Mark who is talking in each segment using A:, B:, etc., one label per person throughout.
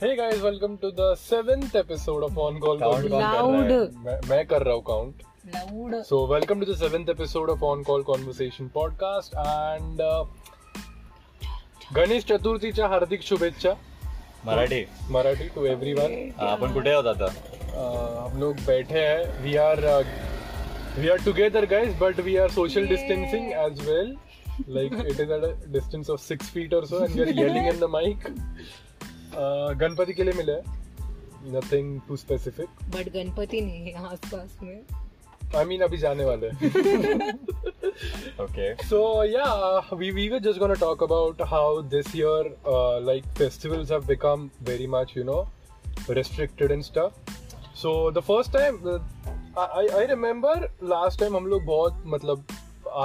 A: Hey guys, welcome to the seventh episode of On Call. कौन
B: Count
A: कर रहा है?
C: Loud.
A: मैं, मैं कर रहा हूँ count
C: loud
A: so welcome to the seventh episode of On Call conversation podcast and Ganesh चतुर्थीच्या हार्दिक शुभेच्छा
B: मराठी
A: मराठी टू एवरीवन
B: आपण कुठे आहोत आता
A: हम लोग बैठे हैं uh, we are we are together guys but we are social distancing as well like it is at distance of six feet और so and we are yelling in the mic Ganpati के लिए मिला है nothing too specific
C: but Ganpati नहीं है आसपास में
A: I mean अभी जाने वाले हैं
B: okay
A: So yeah, we we were just gonna talk about how this year, uh, like festivals have become very much you know restricted and stuff. So the first time, uh, I I- I remember last time हम लोग बहुत मतलब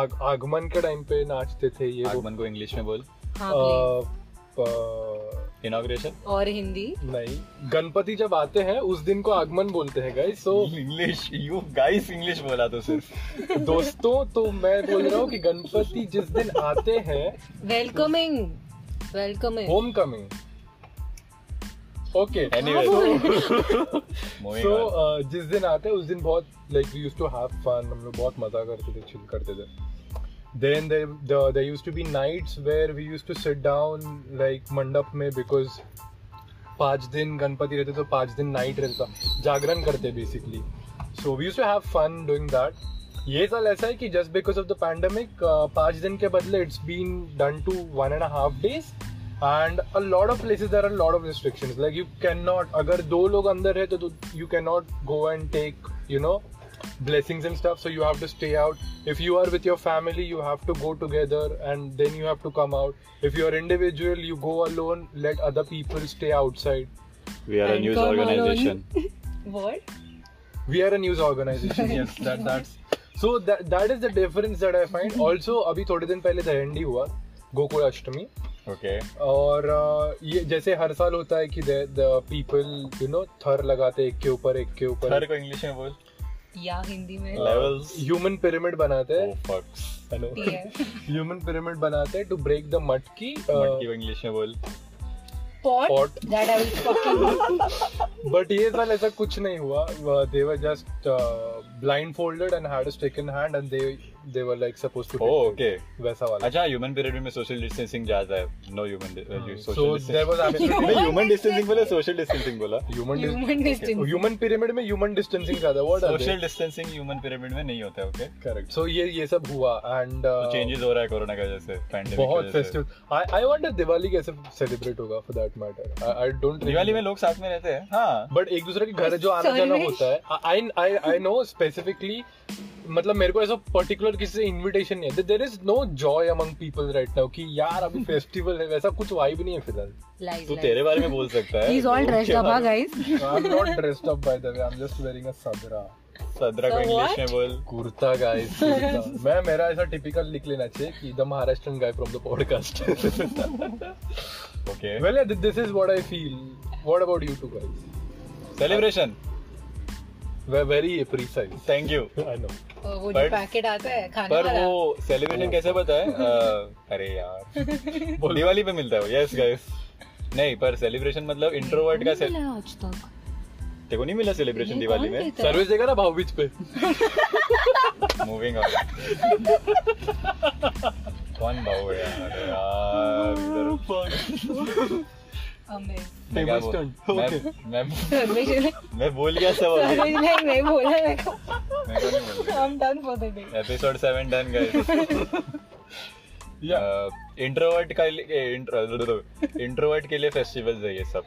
A: आग, आगमन के time पे नाचते थे ये वो
B: आगमन को इंग्लिश में बोल
C: हाँ please.
B: Uh,
A: अ, प-
B: इनॉग्रेशन
C: और हिंदी
A: uh, नहीं गणपति जब आते हैं उस दिन को आगमन बोलते हैं guys so
B: English you guys English बोला तो सिर्फ
A: दोस्तों तो मैं बोल रहा हूँ कि गणपति जिस दिन आते हैं
C: welcoming welcoming
A: home coming okay
B: Anyway,
A: so uh, जिस दिन आते हैं उस दिन बहुत like we use to have fun हम लोग बहुत मजा करते थे चिल करते थे then there use to be nights where we use to sit down like मंडप में बिकॉज पाँच दिन गणपति रहते तो पाँच दिन नाइट रहता जागरण करते basically so we use to have fun doing that ये साल ऐसा है कि just because of the pandemic पाँच दिन के बदले it's been done to one and half days and a lot of places there are lot of restrictions like you can not अगर दो लोग अंदर है तो you can not go and take you know blessings and stuff so you have to stay out if you are with your family you have to go together and then you have to come out if you are individual you go alone let other people stay outside
B: we are a news organization
C: what
A: we are a news organization yes that that's so that that is the difference that i find also अभी थोड़े दिन पहले दहंडी हुआ गोकुल अष्टमी
B: okay
A: और अ, ये जैसे हर साल होता है कि द पीपल यू नो थर लगाते एक के ऊपर एक के
B: हर
A: ऊपर
B: को इंग्लिश में बोल
C: या हिंदी
B: Uh,
C: में
B: levels. Oh,
A: ह्यूमन पिरामिड बनाते
B: ओ
A: हैं
B: फक्स
A: हेलो
C: टी है
A: ह्यूमन पिरामिड बनाते हैं टू ब्रेक द मटकी
B: मटकी को इंग्लिश में बोल
C: pot
A: Pot.
C: That I will fucking
A: but ये साल ऐसा कुछ नहीं हुआ they were just uh, blind folded and had stick in hand and they they were like suppose to
B: oh okay
A: वैसा वाला
B: अच्छा ह्यूमन पीरियड में सोशल डिस्टेंसिंग जाता है no human
A: so there was absolutely
B: human distancing बोला social distancing बोला
A: human
C: human distance
A: human pyramid में human distancing ज्यादा what are
B: social distancing human pyramid में नहीं होता है ओके
A: करेक्ट सो ये ये सब हुआ एंड
B: चेंजेस हो रहा है कोरोना का जैसे pandemic की
A: बहुत
B: वजह से।
A: Festival I I want Diwali कैसे सेलिब्रेट होगा for that matter I don't
B: Diwali में लोग साथ में रहते हैं हाँ
A: बट एक दूसरे के घर जो आना जाना
C: Sorry.
A: होता है I I I know specifically मतलब मेरे को ऐसा पर्टिकुलर किसी से इनविटेशन नहीं है there is no joy among people right now कि यार अभी फेस्टिवल है वैसा कुछ वाइब नहीं है फिलहाल
C: लाइज
B: तू तो तेरे बारे में बोल सकता है हाँ।
C: ही इज ऑल
B: लोग
C: ड्रेस्ड
B: क्या
C: अप
B: बात-
C: guys
A: I am not dressed up by the way I am just wearing a sadra
B: सदरा को
C: So
B: इंग्लिश
C: what?
B: में बोल
A: कुर्ता गाइस मैं मेरा ऐसा टिपिकल लिख लेना चाहिए कि the Maharashtrian guy from the podcast
B: okay
A: well this is what I feel what about you two guys
B: celebration
A: very precise
B: thank you
A: I know
C: वो जो
B: But-
C: पैकेट आता है खाने
B: पर
C: वाला
B: वो
A: Oh.
B: सेलिब्रेशन कैसे पता है अह, अरे यार दिवाली पे मिलता है यस गाइस नहीं पर सेलिब्रेशन मतलब इंट्रोवर्ट का
C: नहीं
B: से-
C: मिला आज तक
B: तेरे को नहीं मिला सेलिब्रेशन
C: नहीं,
B: दिवाली
C: कौन
B: में
C: देता
A: सर्विस देगा ना भावबीज पे
B: मूविंग ऑन कौन भाव है यार अरे
C: Oh,
B: यार इधर
C: है अमेजिंग
B: मैं क्या बोल-
A: Famous stunt.
B: मैं- मैं
C: सर्वेशन
B: मैं भूल गया सब अभी।
C: नहीं नहीं बोला मेरे को
B: मैं क्या नहीं बोल
C: I am done for the day
B: episode seven done
A: Yeah.
B: गए इंट्रोवर्ट का इंट्रोवर्ट eh, के लिए फेस्टिवल्स है ये सब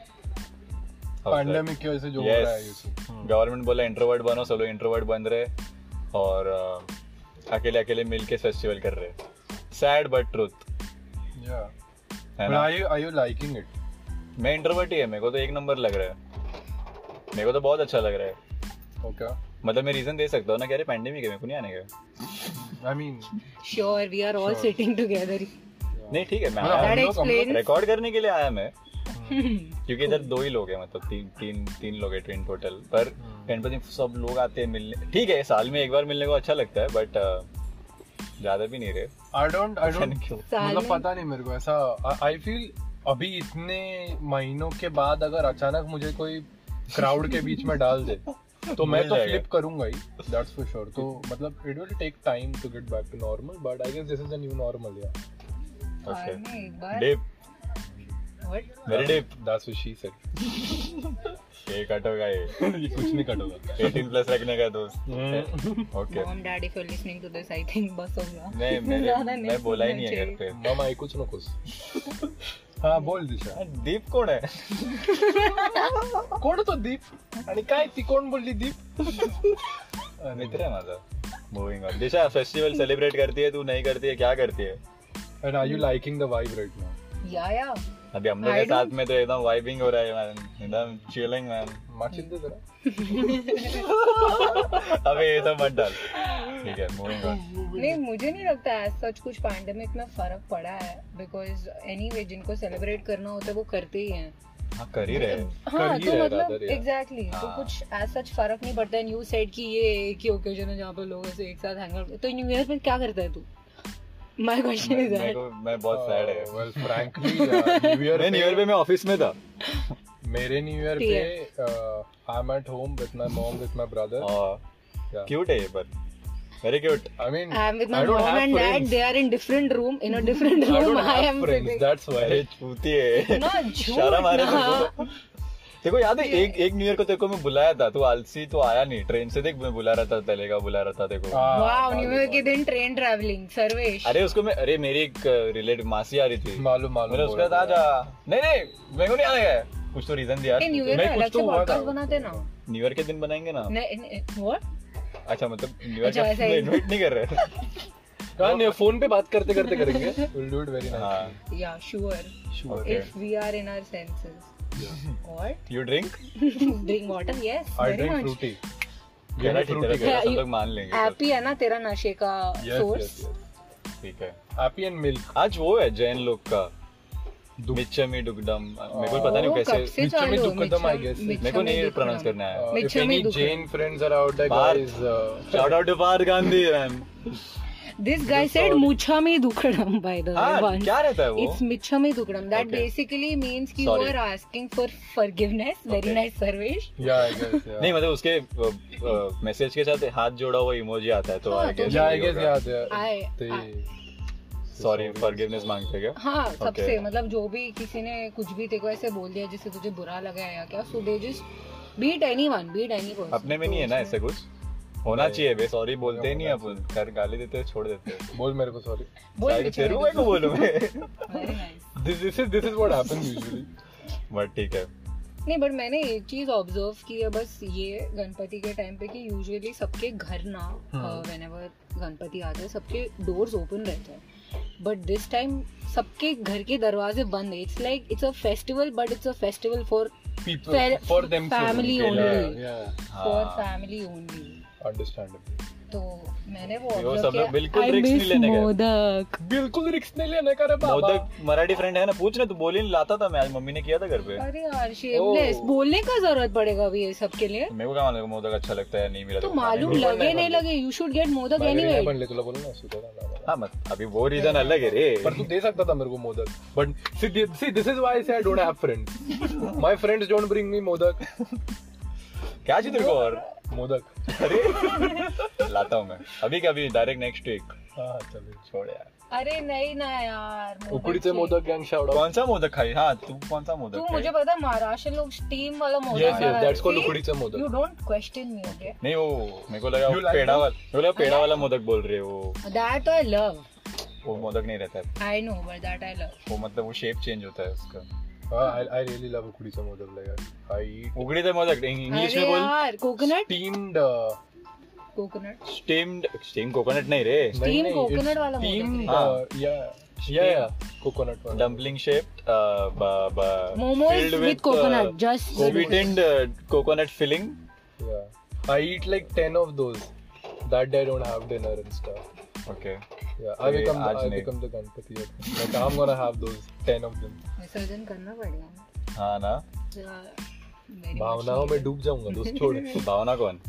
A: पैंडेमिक की वजह से जो हो रहा है ये सब।
B: Government Hmm. बोला इंट्रोवर्ट बनो सब लोग इंट्रोवर्ट बन रहे और uh, अकेले अकेले मिल के फेस्टिवल कर रहे सैड बट ट्रूथ
A: Yeah.
B: है
A: But
B: ना
A: are you are you liking it?
B: मैं इंट्रोवर्ट ही है मेरे को तो एक नंबर लग रहा है मेरे को तो बहुत अच्छा लग रहा है
A: Okay.
B: मतलब मैं रीजन दे सकता हूँ ना कि अरे पैंडेमिक है मेरे को नहीं आने का
A: I mean,
C: sure we are all sitting together
B: नहीं ठीक है मैं
A: मतलब
B: आया
A: हम
C: That
A: लोग- हम लोग-
C: explains-
B: रिकॉर्ड करने के लिए आया मैं क्योंकि इधर दो ही लोग हैं मतलब तीन तीन तीन लोग हैं ट्रेन टोटल पर गणपति सब लोग आते हैं मिलने ठीक है साल में एक बार मिलने को अच्छा लगता है बट ज्यादा भी नहीं रहे
A: I don't I don't
B: क्यों?
A: मतलब पता नहीं मेरे को ऐसा I- I feel अभी इतने महीनों के बाद अगर अचानक मुझे कोई क्राउड के बीच में डाल दे तो मैं
B: मिल
A: तो
B: जाएगा।
A: फ्लिप करूंगा ही दैट्स फॉर श्योर तो मतलब it will take time to get back to normal but I guess this is a new normal या
C: कार में एक बार
B: deep
C: What?
B: Very deep
A: that's what she said
B: ये कट होगा ये
A: कुछ नहीं कट होगा
B: 18 प्लस रखने का दोस्त okay
C: Mom, dad, if you're listening to this, I think बस होगा
B: नहीं मैंने
C: ज्यादा नहीं
B: मैं बोला ही नहीं है घर
C: सुनना
B: पे
A: मामा ये कुछ ना कुछ हाँ बोल दिशा
B: अरे, दीप कौन है
A: कोण तो दीप आणि काय ती कोण बोलली दीप
B: मित्र है माझा moving on Disha festival celebrate करती है तू नहीं करती है क्या करती है
A: and are you liking the vibe right now
C: चाहिए। Yeah, yeah.
B: अभी हम लोग
C: I
B: के
C: don't-
B: साथ में तो एकदम वाइबिंग हो रहा है man. एकदम चिलिंग मैन
A: माचिस दे जरा
B: अबे ये तो मत डाल ठीक है मूविंग ऑन
C: नहीं मुझे नहीं लगता है सच कुछ पैंडमिक में फर्क पड़ा है बिकॉज एनी anyway, जिनको सेलिब्रेट करना होता है वो करते ही हैं
B: हाँ कर ही रहे हैं।
C: हाँ
A: ही
C: तो
A: रहे
C: मतलब
A: rather, yeah.
C: एग्जैक्टली तो
B: हाँ।
C: कुछ एज सच फर्क नहीं पड़ता एंड यू सेड कि ये एक ही ओकेजन है जहाँ पे लोग ऐसे एक साथ हैंग आउट तो न्यू ईयर में क्या करता है तू माय क्वेश्चन इज
B: मेरे
A: तो-
C: दैट
B: को मैं बहुत सैड है
A: वेल फ्रैंकली न्यू ईयर
B: मैं न्यू ईयर पे मैं ऑफिस में था
A: मेरे न्यू ईयर
C: ठीक
A: पे uh, I am at home with my mom with my brother Oh.
B: Cute है ये पर very cute
A: I mean
C: I am with my mom and dad they are in different room in a different
A: I
C: room
A: don't
C: I
A: have
C: am
A: friends. That's why.
B: अरे चूती है
C: ना झूठ
B: शर्म आ रही है
C: ना।
B: तुमको तो। देखो याद है एक एक न्यू ईयर को तेरे को मैं बुलाया था तू आलसी तो आया नहीं ट्रेन से देख मैं बुला रहा था पहले का बुला रहा था देखो
A: हाँ,
C: वाओ न्यू ईयर के दिन ट्रेन ट्रैवलिंग सर्वेश
B: अरे उसको मैं अरे मेरी एक रिलेटिव मासी आ रही थी
A: मालूम मालूम
B: मैंने
A: हो
B: उसका
A: रहा
B: था जा नहीं नहीं मेरे को नहीं आने का कुछ तो रीजन दिया
C: न्यू ईयर में
B: नहीं,
C: अलग
B: कुछ
C: से
B: तो हुआ था हाँ।
C: पॉडकास्ट बनाते ना
B: न्यू ईयर के दिन बनाएंगे ना
C: व्हाट
B: अच्छा मतलब न्यू ईयर
C: अच्छा, ऐसा ही।
B: इन्वाइट नहीं कर रहे
A: था। हाँ, नहीं फोन पे बात करते करते करेंगे विल डू इट वेरी
B: हाँ
A: नाइस
C: या sure if we are in our senses. What?
B: You drink
C: Drink water, yes.
A: I
C: very
A: drink
C: much.
A: Frooti
B: मेरा ठीक है
C: Yeah,
B: सब
C: you-
B: लोग मान लेंगे तो सब।
C: Happy है ना तेरा नशे का सोर्स
B: ठीक है
A: हैप्पी एंड मिल्क
B: आज वो है जैन लोग का मिच्चमी डुकडम मेरे को पता नहीं वो
C: Oh, कब
B: कैसे
C: से
A: मिच्छमी
C: चालू
A: दुक्कड़म, I guess.
B: मेरे को नहीं प्रोनाउंस करना है
A: Uh, if
C: Mitchell
A: any
C: Meduka.
A: Jain friends are out there,
B: Parth.
A: guys, uh,
B: shout out to पार Gandhi man
C: this guy said मुच्छा में दुखड़म बाय द
B: हां हाँ, क्या रहता है वो
C: It's Michami Dukadam. That
B: Okay.
C: basically means ki
B: Sorry.
C: you are asking for forgiveness. Very
B: Okay.
C: nice, Sarvesh.
A: yeah, I guess, yeah.
B: नहीं मतलब उसके मैसेज के साथ हाथ जोड़ा हुआ इमोजी आता है तो
C: हाँ,
B: आई
C: तो-
B: guess
A: Yeah, I guess, yeah, they are-
C: I-
A: they-
B: sorry forgiveness मांगते क्या
C: हाँ सबसे
B: Okay.
C: मतलब जो भी किसी ने कुछ भी तेरे को ऐसे बोल दिया जिससे तुझे बुरा लगा या क्या so they just beat anyone beat any person
B: अपने में नहीं है ना ऐसा कुछ होना चाहिए बे सॉरी बोलते ही नहीं अपन कर गाली देते हैं, छोड़ देते हैं
A: बोल मेरे को सॉरी
B: सारी तेरे को को बोलूं मैं
C: Very nice.
A: This this is this is what happens usually
B: but ठीक है
C: नहीं बट मैंने एक चीज ऑब्जर्व की है बस ये गणपति के टाइम पे कि यूजुअली सबके घर ना
B: हाँ।
C: वेन एवर गणपति आते हैं सबके डोर्स ओपन रहते हैं बट दिस टाइम सबके घर के दरवाजे बंद है it's like it's a festival but it's a festival for
A: people for them
C: family only
A: या
C: फॉर
B: हाँ।
C: फैमिली ओनली
A: अंडरस्टैंडेबल
C: तो मैंने वो मतलब
B: वो
C: observe
B: सब
C: किया
B: लोग बिल्कुल
C: I
B: रिस्क नहीं
C: miss
B: लेने गए
C: मोदक
A: बिल्कुल रिस्क नहीं लेने का रे बाबा
B: मोदक मराठी फ्रेंड है ना पूछ ना तू बोल ही नहीं लाता था मैं आज मम्मी ने किया था घर पे
C: अरे यार shameless. बोलने का जरूरत पड़ेगा अभी ये सब के लिए
B: मेरे को क्या मालूम मोदक अच्छा लगता है नहीं मिला
C: तो
B: तो
C: मालूम लगे नहीं लगे यू शुड गेट मोदक
A: बागरी
C: एनीवे
A: नहीं बनले तुला तो बोलो ना सुधारा
B: हाँ मत अभी वो रीजन अलग है रे
A: पर तू दे सकता था मेरे को modak but see see this is why I don't have friends my friends don't bring me modak
B: क्या चाहिए तेरे को और
A: मोदक
B: अरे लाता हूँ मैं अभी कभी डायरेक्ट नेक्स्ट वीक
A: हां हाँ, चलो
B: छोड़ यार
C: अरे नहीं ना यार मोदक
A: उकडीचे
C: चाहिए।
A: मोदक गैंग शाउट आउट
B: कौन सा मोदक खाई हाँ तू कौन सा
C: तू
B: मोदक खाई
C: मुझे पता है, महाराष्ट्र लोग स्टीम वाला modak
A: Yes, yes, that's called उकडीचे modak.
C: You don't question me okay
B: नहीं वो मेरे को लगा
A: You
B: वो
A: like
B: पेड़ा वाला मेरे को लगा पेड़ा वाला मोदक बोल रहे हो वो
C: दैट आई लव
B: वो मोदक नहीं रहता है
C: I know but that I love
B: वो मतलब वो शेप चेंज होता है उसका
A: आई आई रियली लव उकडीचे मोदक लाइक आई
B: उगड़ी था मोदक इंग्लिश में
C: अरे
B: बोल
C: यार coconut
A: steamed
C: coconut
B: steamed steam coconut नहीं रे
C: Steam coconut वाला मोदक
A: स्टीम्ड
B: है।
A: या या या कोकोनट वाला
B: dumpling shaped
C: momos with
B: uh,
C: coconut just
B: sweetened uh, coconut filling
A: Yeah. I eat like 10 of those. That day I don't have dinner and stuff.
B: okay
A: Yeah. I
B: Hey,
A: become the,
B: आज
A: I
B: नहीं।
A: become the Ganpati. Like I'm gonna have those 10 of them.
C: विसर्जन करना पड़ेगा
B: हाँ ना
C: Yeah, very
A: भावनाओं में डूब जाऊंगा दोस्त छोड़
B: भावना कौन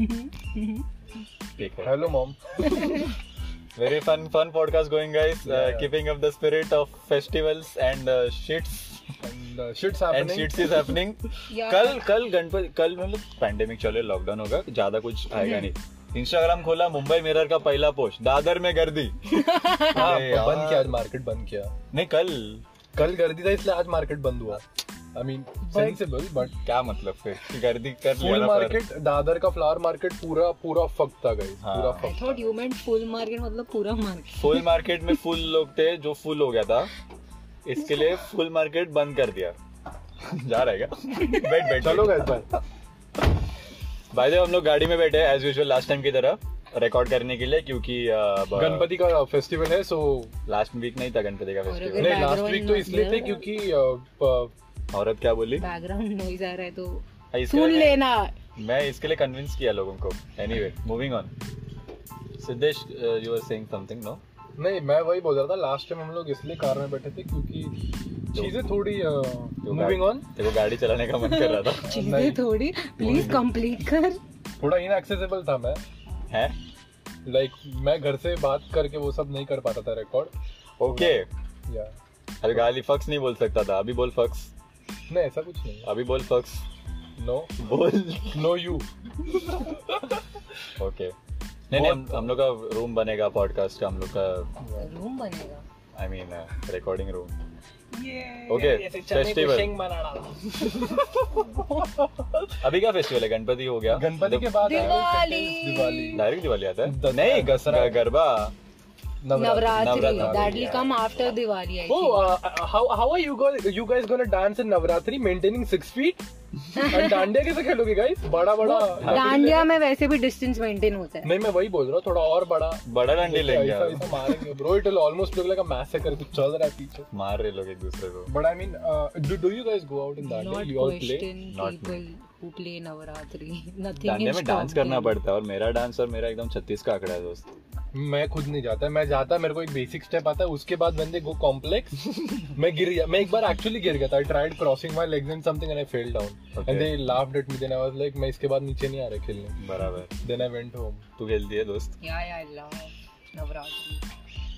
B: ठीक है
A: hello mom
B: Very fun, fun podcast going, guys.
A: Yeah,
B: uh,
A: yeah.
B: Keeping up the spirit of festivals and uh, shits
A: And uh, shit's
B: and
A: happening.
B: Shits is happening
C: Yeah.
B: कल कल गणपति कल मतलब पैंडेमिक चले लॉकडाउन होगा ज्यादा कुछ आएगा नहीं इंस्टाग्राम खोला मुंबई मिरर का पहला पोस्ट दादर में गर्दी
A: हाँ,
B: अरे यार।
A: बंद किया आज मार्केट बंद किया
B: नहीं कल
A: कल गर्दी था इसलिए आज मार्केट बंद हुआ आई मीन सेंसिबल बट
B: क्या मतलब फिर कि गर्दी कर लिया
A: फूल
B: ना पर-
A: मार्केट दादर का फ्लावर मार्केट पूरा पूरा फक था गई
B: हाँ।
A: पूरा
C: I
A: fuck
C: thought you meant full market मतलब पूरा मार्केट
B: फुल मार्केट में फुल लोग थे जो फुल हो गया था इसके लिए फुल मार्केट बंद कर दिया जा रहेगा बैठ बैठ
A: चलो गए भाई
B: भाई हम लोग गाड़ी में बैठे एज यूजुअल लास्ट टाइम की तरह रिकॉर्ड करने के लिए क्योंकि
A: गणपति का फेस्टिवल है सो
B: लास्ट वीक नहीं था गणपति का
C: और
B: फेस्टिवल
C: अगर-
A: नहीं लास्ट
C: background
A: वीक तो इसलिए थे
C: noise
A: क्योंकि अ, अ,
B: औरत क्या बोली
C: बैकग्राउंड नॉइज आ रहा है तो
B: हाँ, इसके
C: सुन
B: लिए-
C: लेना
B: मैं इसके लिए कन्विंस किया लोगों को anyway moving on Siddhesh uh, you are saying something no
A: नहीं मैं वही बोल रहा था लास्ट टाइम हम लोग इसलिए कार में बैठे थे क्योंकि चीजें थोड़ी मूविंग ऑन
B: तेरे को गाड़ी चलाने का मन कर रहा था
A: नहीं।
C: चीजें थोड़ी प्लीज कंप्लीट कर
A: थोड़ा इनएक्सेसिबल था मैं
B: है
A: लाइक मैं घर से बात करके वो सब नहीं कर पाता था रिकॉर्ड
B: ओके
A: या
B: अरे गाली फक्स नहीं बोल सकता था अभी बोल फक्स
A: नहीं ऐसा कुछ नहीं
B: अभी बोल फक्स
A: नो
B: बोल
A: नो यू
B: ओके नहीं नहीं हम हम लोग का रूम बनेगा पॉडकास्ट का हम लोग का
C: रूम बनेगा
B: आई मीन रिकॉर्डिंग रूम
D: ये
B: Okay,
D: ऐसे चने को
B: festival.
D: शेंग बना डाला
B: अभी क्या फेस्टिवल है गणपति हो गया
A: गणपति के बाद आया
C: दिवाली।
A: second दिवाली
B: डायरेक्ट दिवाली आता है
A: दसरा,
B: नहीं
A: दसरा।
B: गसरा garba
C: Navratri
B: Navratri,
C: that will
B: yeah.
C: Come after Diwali I
A: Oh, uh, uh, how how are you guys you guys gonna dance in Navratri maintaining six feet? And dandiya कैसे खेलोगे guys? बड़ा बड़ा
C: डांडिया में वैसे भी डिस्टेंस मेंटेन होता है
A: नहीं मैं वही बोल रहा हूँ थोड़ा और बड़ा
B: बड़ा डंडी लेंगे
A: ऐसा ऐसा मारेंगे bro it will almost look like a massacre कुछ चल रहा है पीछे
B: मार रहे लोग एक दूसरे को
A: but I mean do do you guys go out in that
C: not
A: you all play
C: question
B: Not me.
C: People who play Navratri nothing
B: dandiya
C: is
B: में डांस करना पड़ता है और मेरा डांस और मेरा एकदम छत्तीस का आंकड़ा है दोस्त
A: मैं खुद नहीं जाता मैं जाता मेरे को एक बेसिक स्टेप आता है उसके बाद when they go complex मैं गिर गया मैं एक बार एक्चुअली गिर गया था I tried crossing my legs and something and I fell down
B: Okay.
A: And they laughed at me then I was like मैं इसके बाद नीचे नहीं आ रहा खेलने
B: बराबर
A: देन आई वेंट होम
B: तू खेलती है दोस्त
C: या या I love Navratri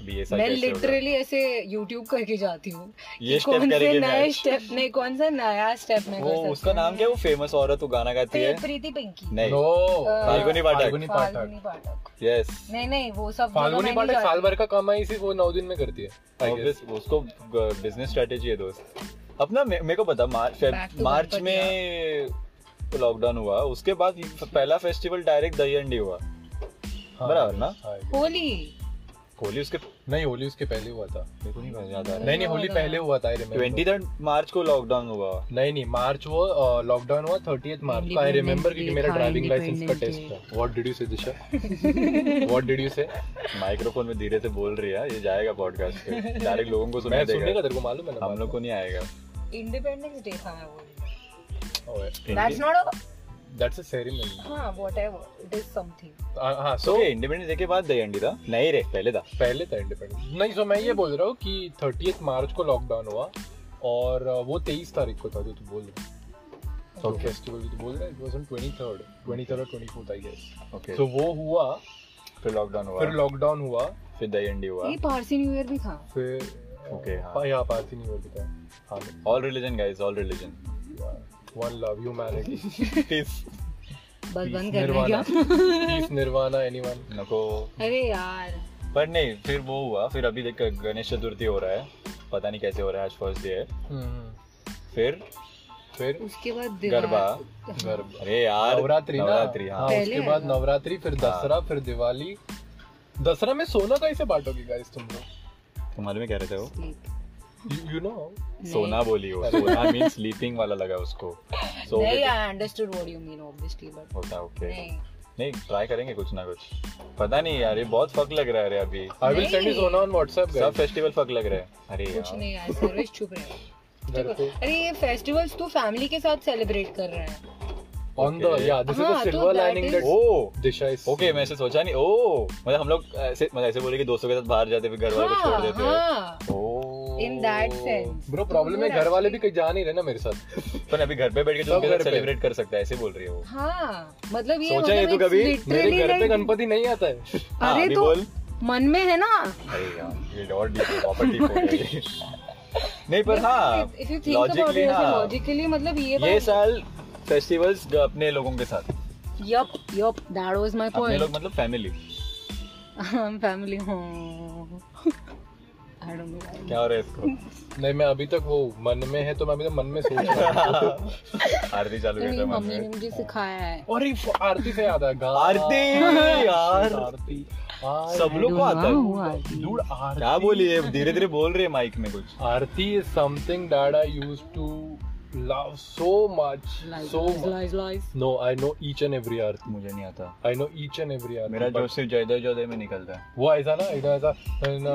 B: B S
C: मैं लिटरली ऐसे YouTube करके जाती हूँ कि
B: ये step
C: कौन से
B: करेंगे
C: नए
B: match।
C: स्टेप नहीं कौन सा नया स्टेप मैं
B: वो
C: कर
B: उसका नाम क्या है वो फेमस औरत वो गाना गाती
C: सकती
B: है
C: हूँ प्रीति पिंकी
B: नहीं
A: no
B: Falguni Pathak
A: Uh, Falguni
C: Falguni
A: Pathak
C: Pathak
B: yes
C: नहीं नहीं वो सब जगह
A: फाल्गुनी
C: मैं नहीं
A: पाठक
C: जाती।
A: साल भर का कमाई सिर्फ वो नौ दिन में करती है I guess.
B: उसको बिजनेस स्ट्रेटेजी है दोस्त अपना मे- मेरे को पता March
C: Back to
B: March
C: Ganpati,
B: में लॉकडाउन हुआ उसके बाद ये पहला फेस्टिवल डायरेक्ट दहीहंडी हुआ
A: हाँ,
B: बराबर ना
A: हाँ, I guess.
C: होली
B: होली उसके
A: नहीं होली उसके पहले हुआ था
B: मेरे को नहीं पता याद आ रहा
A: नहीं नहीं होली पहले हुआ था आई
B: ट्वेंटी
A: रिमेम्बर
B: मार्च को लॉकडाउन हुआ
A: नहीं नहीं मार्च वो लॉकडाउन हुआ थर्टी मार्च को आई रिमेम्बर क्योंकि मेरा ड्राइविंग लाइसेंस का टेस्ट था what did you say Disha what did you say
B: microphone में धीरे से बोल रही है ये जाएगा पॉडकास्ट पे डायरेक्ट लोगों को सुनाई
A: मैं सुनने का तो
B: देगा
A: तेरे को मालूम है ना
B: हम लोग को नहीं आएगा
C: इंडिपेंडेंस डे था मैं बोल that's
A: Oh,
B: independence
C: not a
A: that's a ceremony
C: हां व्हाटएवर इट इज समथिंग
A: हाँ
B: तो
A: सो
B: इंडिपेंडेंस डे के बाद दहीहंडी था नहीं रे पहले था
A: पहले था इंडिपेंडेंस नहीं सो मैं ये बोल रहा हूँ कि थर्टी मार्च को लॉकडाउन हुआ और uh, वो तेईस तारीख को था जो तू बोल रहा है
B: Okay.
A: फेस्टिवल जो तू बोल रहा है it was on 23rd 23rd और 24th आई गेस
B: ओके
A: तो वो हुआ
B: फिर लॉकडाउन हुआ
A: फिर लॉकडाउन हुआ
B: फिर दहीहंडी हुआ
C: ये पारसी न्यू ईयर भी था
A: फिर
B: Okay, हाँ।
A: यहाँ पास ही नहीं हो था हाँ
B: all religion guys all religion
A: one love humanity
B: peace
C: बस बंद करना है
A: निर्वाणा
C: क्या
A: पीस निर्वाणा एनीवन
B: नको
C: अरे यार
B: पर नहीं फिर वो हुआ फिर अभी देख गणेश चतुर्थी हो रहा है पता नहीं कैसे हो रहा है आज फर्स्ट डे है फिर
A: फिर
C: उसके बाद
B: गरबा
C: दिवाली
A: गर्भ
B: अरे यार
A: नवरात्रि ना?
B: नवरात्रि हाँ
C: पहले
A: उसके बाद
C: आएगा।
A: नवरात्रि फिर दसरा फिर दिवाली दसरा में सोना कैसे बांटोगे गाइस तुम लोग
B: तुम मालूम है क्या रहते हो
A: यू नो
B: सोना बोली हो सोना मीन स्लीपिंग वाला लगा उसको सो
C: नहीं I understood what you mean obviously but
B: होता ओके
C: नहीं
B: नहीं ट्राई करेंगे कुछ ना कुछ पता नहीं यार ये बहुत फक लग रहा है अरे अभी
A: आई विल सेंड यू सोना ऑन व्हाट्सएप
B: सब फेस्टिवल फक लग रहा है अरे
C: हाँ, कुछ
B: यार
C: नहीं यार सर्वेश चुप रहे
A: घर पे
C: अरे ये फेस्टिवल्स तो फैमिली के साथ सेलिब्रेट कर रहे हैं
A: ऑन द या दिस इज
C: हाँ,
A: द
C: तो
A: silver
C: that
A: lining
C: is-
A: that
B: oh
A: Disha is
B: okay मैं ऐसे सोचा नहीं ओ मतलब हम लोग ऐसे मतलब ऐसे बोले कि दोस्तों के साथ बाहर जाते फिर घर वालों को छोड़
C: हाँ
B: देते हैं
C: हाँ
B: oh
C: in that sense
A: bro problem Oh.
C: तो
A: है घर वाले भी कहीं जा नहीं रहे ना मेरे साथ
B: पर अभी घर पे बैठ के तो उनके
A: घर
B: साथ
A: पे।
B: सेलिब्रेट कर सकता है ऐसे बोल रही है वो
C: हाँ मतलब ये
B: सोचा है तू
C: मतलब
B: कभी?
C: it's
A: तो मेरे
C: literally
A: घर पे
C: like-
A: गणपति नहीं आता है
B: हाँ,
C: अरे
B: अभी
C: तो
B: बोल
C: मन में है ना
B: अरे यार ये और डीप प्रॉपर्टी हो गई नहीं पर हाँ
C: if you think about
B: logically
C: it
B: हाँ
C: लॉजिकली मतलब ये
B: ये
C: बात
B: साल फेस्टिवल्स अपने लोगों के साथ
C: yup yup that was my
B: अपने लोग
C: पॉइंट
B: मतलब फैमिली
C: फैमिली हां आई डोंट नो
B: क्या हो रहा है इसको
A: नहीं मैं अभी तक वो मन में है तो मैं अभी तक मन में सोच रहा हूँ
B: आरती चालू कर
C: मेरी
B: रहा
C: तो मम्मी ने
B: है
C: मुझे सिखाया है
A: और ये फ- आरती से याद आया गा-
B: आरती यार
A: आरती आर-
B: सब लोग को
C: I
B: आता
C: don't know,
B: है
C: आरती।
A: dude, आर-
B: क्या बोली है धीरे धीरे बोल रही है माइक में कुछ
A: आरती is something that I used to love so much,
C: Lies,
A: so
C: lies,
A: much.
C: lies, lies.
A: No, I know each and every आरती.
B: मुझे नहीं आता
A: I know each and every आरती.
B: मेरा
A: but
B: जोश सिर्फ जयदेव जयदेव में निकलता है
A: वो ऐसा ना इधर ऐसा ना,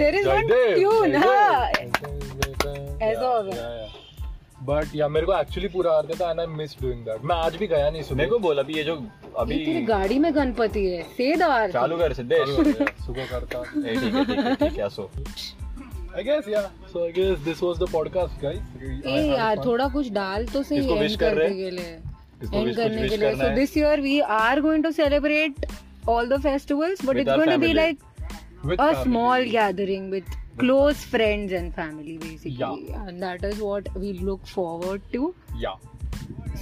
C: There is one
A: Jaydev,
C: tune,
A: Jaydev,
C: हाँ.
A: जयदेव,
C: ऐसा होगा।
A: yeah, yeah. But yeah, मेरे को एक्चुअली पूरा आरती था and I miss doing that मैं आज भी गया नहीं सुबह
B: मेरे को बोल अभी ये जो अभी
C: ये तेरी गाड़ी में गणपति है सेदार
B: चालू कर सिद्धेश
A: सुबह करता
B: ए, ठीक है ठीक है ठीक है so
A: I guess yeah. So I guess this was the podcast, guys. We- I
C: uh
A: had
C: यार
A: fun.
C: थोड़ा कुछ डाल तो सही
B: किसको
C: end
B: wish कर
C: करने
B: रहे?
C: के लिए
B: किसको
C: एंड
B: wish- कुछ
C: करने
B: wish
C: के लिए
B: करना
C: सो
B: है?
C: This year we are going to celebrate all the festivals but
B: With
C: it's
B: our
C: going to be
B: family.
C: Like
A: With
C: a
A: family.
C: small gathering with close friends and family basically
A: Yeah.
C: and that is what we look forward to
A: Yeah,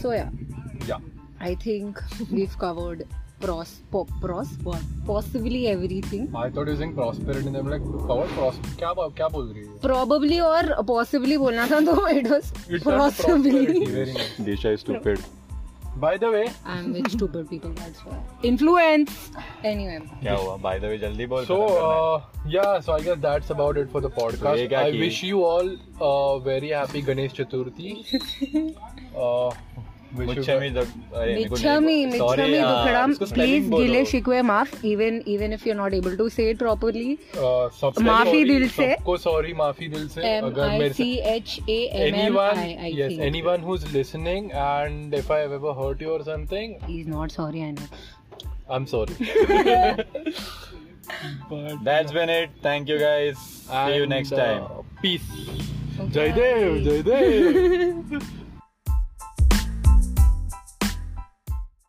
C: so yeah
A: yeah.
C: i think we've covered pros po, pros what possibly everything
A: I thought using prosperity. I'm like, power pros. क्या बात क्या बोल रही है?
C: probably or possibly बोलना था तो it was
A: It's not prosperity.
C: possibly
A: Very nice.
B: Disha is stupid
A: By the way,
C: i'm with stupid people that's why influence anyway
B: क्या हुआ बाय द वे जल्दी बोल
A: so
B: खत्म करना है।
A: uh, yeah, so I guess that's about it for the
B: तो ये
A: podcast.
B: क्या
A: I
B: की?
A: wish you all a very happy Ganesh Chaturthi. Uh, wish you
B: मुच्छमी द तो, अरे मेरे को नहीं-
C: मिच्छमी
B: sorry
C: मिच्छमी
B: यार,
C: दुखड़म
B: उसको spelling
C: प्लीज
B: बोलो।
C: गिले शिकवे माफ even even if you're not able to say it properly
A: uh, सबसे
C: माफी
A: sorry,
C: दिल से।
A: सबको सॉरी माफी दिल से
C: M
A: अगर
C: I
A: मेरे से
C: C H A M M
A: anyone
C: I I
A: yes
C: think.
A: anyone who's listening and if i have ever hurt you or something
C: He's not sorry, I know.
A: i'm sorry but
B: That's been it. Thank you guys. See you
A: and,
B: next
A: uh,
B: time.
A: peace
C: Okay.
A: jaydev jaydev